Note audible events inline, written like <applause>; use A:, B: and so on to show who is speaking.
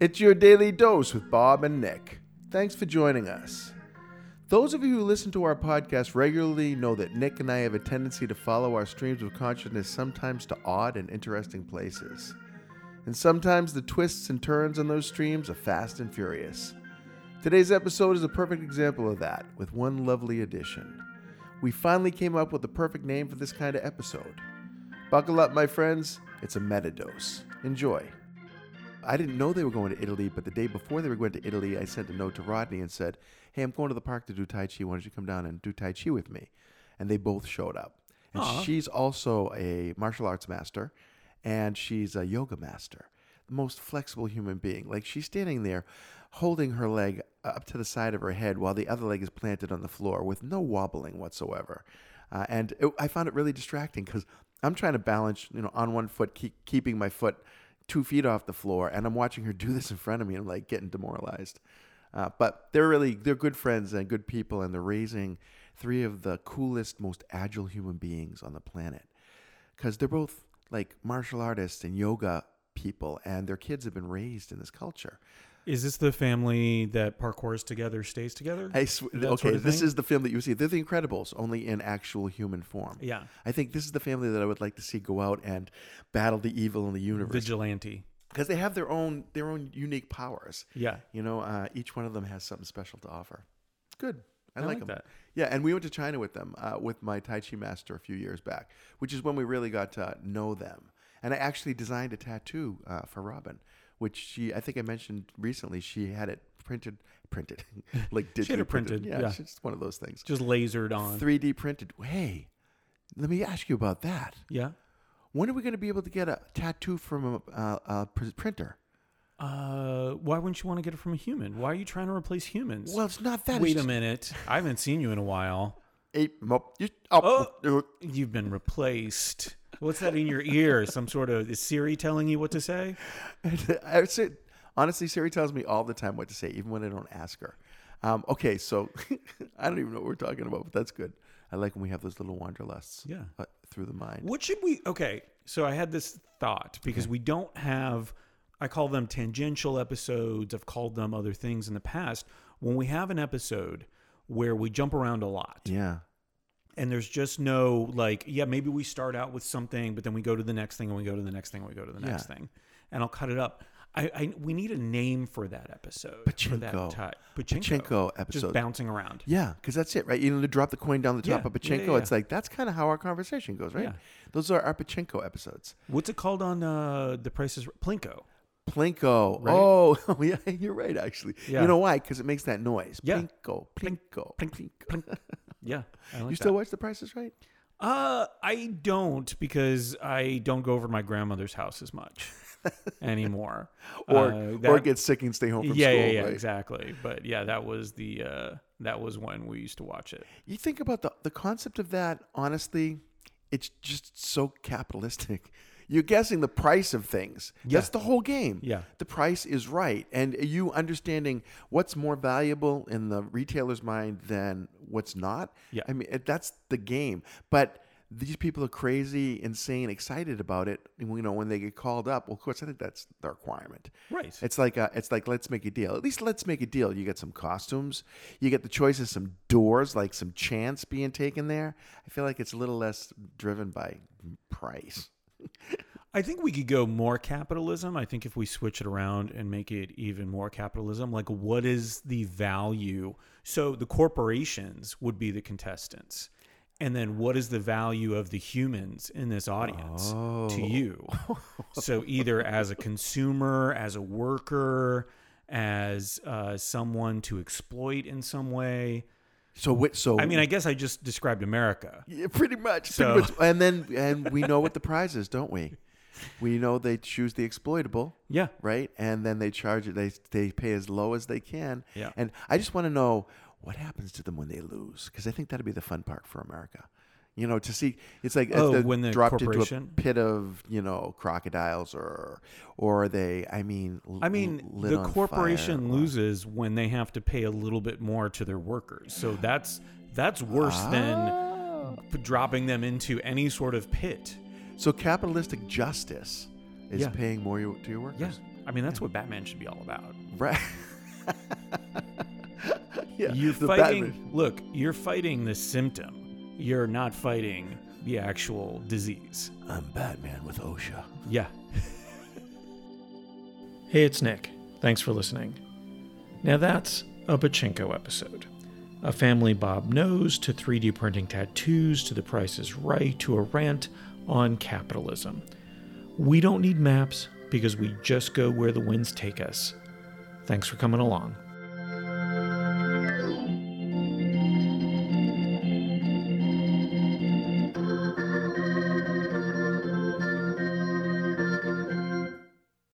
A: It's your daily dose with Bob and Nick. Thanks for joining us. Those of you who listen to our podcast regularly know that Nick and I have a tendency to follow our streams of consciousness sometimes to odd and interesting places. And sometimes the twists and turns on those streams are fast and furious. Today's episode is a perfect example of that, with one lovely addition. We finally came up with the perfect name for this kind of episode. Buckle up, my friends, it's a metadose. Enjoy. I didn't know they were going to Italy, but the day before they were going to Italy, I sent a note to Rodney and said, Hey, I'm going to the park to do Tai Chi. Why don't you come down and do Tai Chi with me? And they both showed up. And
B: Aw.
A: she's also a martial arts master and she's a yoga master. The most flexible human being. Like she's standing there holding her leg up to the side of her head while the other leg is planted on the floor with no wobbling whatsoever. Uh, and it, I found it really distracting because I'm trying to balance, you know, on one foot, keep, keeping my foot two feet off the floor, and I'm watching her do this in front of me. I'm like getting demoralized. Uh, but they're really they're good friends and good people, and they're raising three of the coolest, most agile human beings on the planet because they're both like martial artists and yoga people, and their kids have been raised in this culture.
B: Is this the family that parkours together stays together?
A: I sw-
B: That
A: okay,
B: sort of
A: this
B: thing?
A: is the film that you see. They're the Incredibles, only in actual human form.
B: yeah,
A: I think this is the family that I would like to see go out and battle the evil in the universe
B: vigilante.
A: because they have their own their own unique powers.
B: Yeah,
A: You know, uh, each one of them has something special to offer. It's good. I,
B: I
A: like,
B: like
A: them.
B: that.
A: Yeah, and we went to China with them, uh, with my Tai Chi master a few years back, which is when we really got to know them. And I actually designed a tattoo uh, for Robin, which she, I think I mentioned recently, she had it printed, printed, <laughs> like digitally
B: She had it printed,
A: Yeah,
B: yeah.
A: it's just one of those things.
B: just lasered on.
A: 3D printed. Hey, let me ask you about that.
B: yeah.
A: When are we going to be able to get a tattoo from a, uh, a pr- printer?
B: Uh, why wouldn't you want to get it from a human? Why are you trying to replace humans?
A: Well, it's not that. it's
B: wait a
A: just
B: minute. I haven't seen you in a while.
A: Eight, mo- you- oh,
B: You've been replaced. What's that in your ear? Some sort of is Siri telling you what to say?
A: I would say, honestly, Siri tells me all the time what to say, even when I don't ask her. Um, okay, so <laughs> I don't even know what we're talking about, but that's good. I like when we have those little wanderlusts
B: Yeah.
A: uh, through the mind.
B: What should we? Okay, so I had this thought because we don't have. I call them tangential episodes. I've called them other things in the past. When we have an episode where we jump around a lot,
A: Yeah.
B: and there's just no like yeah maybe we start out with something but then we go to the next thing and we go to the next thing and we go to the next
A: Yeah.
B: thing and i'll cut it up I, I we need a name for that episode for
A: Pachinko.
B: that type
A: Pachinko
B: just
A: episode.
B: bouncing around
A: Yeah, because that's it, right? You know, to drop the coin down the top
B: Yeah,
A: of
B: yeah,
A: pachinko,
B: yeah, yeah.
A: it's like that's kind of how our conversation goes, right?
B: Yeah.
A: Those are our pachinko episodes.
B: what's it called on uh the prices plinko
A: Plinko.
B: Right?
A: Oh, <laughs> yeah, you're right, actually.
B: Yeah.
A: You know why? Because it makes that noise.
B: Yeah.
A: Plinko, plinko, plinko.
B: yeah
A: <laughs>
B: I like
A: You still
B: that.
A: watch The Price is Right?
B: uh i don't because i don't go over to my grandmother's house
A: <laughs>
B: as much anymore
A: Or,
B: Uh,
A: or
B: that-
A: get sick and stay home from
B: yeah,
A: school.
B: yeah, yeah,
A: right?
B: exactly. But yeah, that was the uh, that was when we used to watch it.
A: You think about the, the concept of that, honestly, it's just so capitalistic. <laughs> You're guessing the price of things.
B: Yeah.
A: That's the whole game.
B: Yeah.
A: The price is right. And you understanding what's more valuable in the retailer's mind than what's not.
B: Yeah.
A: I mean, it, that's the game. But these people are crazy, insane, excited about it. You know, when they get called up, well, of course, I think that's the requirement.
B: Right.
A: It's like uh it's like let's make a deal. At least let's make a deal. You get some costumes. You get the choice of some doors, like some chance being taken there. I feel like it's a little less driven by price.
B: I think we could go more capitalism. I think if we switch it around and make it even more capitalism, like what is the value? So the corporations would be the contestants. And then what is the value of the humans in this audience to you? so either as a consumer, as a worker, as uh, someone to exploit in some way.
A: So what? So
B: I mean, I guess I just described America.
A: yeah, pretty much.
B: So-
A: Pretty much. And then and we know what the prize is, don't we? We know they choose the exploitable.
B: Yeah.
A: right? And then they charge it. They they pay as low as they can.
B: Yeah.
A: And I just want to know what happens to them when they lose, because I think that'd be the fun part for America. You know, to see it's like
B: Oh,
A: they're
B: when the
A: dropped into a
B: corporation-
A: pit of you know crocodiles, or or they. I mean, l-
B: I mean,
A: lit
B: the
A: on
B: corporation
A: fire.
B: loses when they have to pay a little bit more to their workers. So that's that's worse than p- dropping them into any sort of pit.
A: So capitalistic justice is
C: Yeah.
A: paying more you- to your workers.
C: Yeah. I mean, that's what Batman should be all about.
B: <laughs>
A: Right. yeah.
C: You're
A: the
C: fighting.
A: Batman-
C: Look, you're fighting the symptom. You're not fighting the actual disease.
A: I'm Batman with OSHA.
C: Yeah.
B: <laughs> Hey, it's Nick. Thanks for listening. Now that's a Pachinko episode. A family Bob knows to 3D printing tattoos to the price is right to a rant on capitalism. We don't need maps because we just go where the winds take us. Thanks for coming along.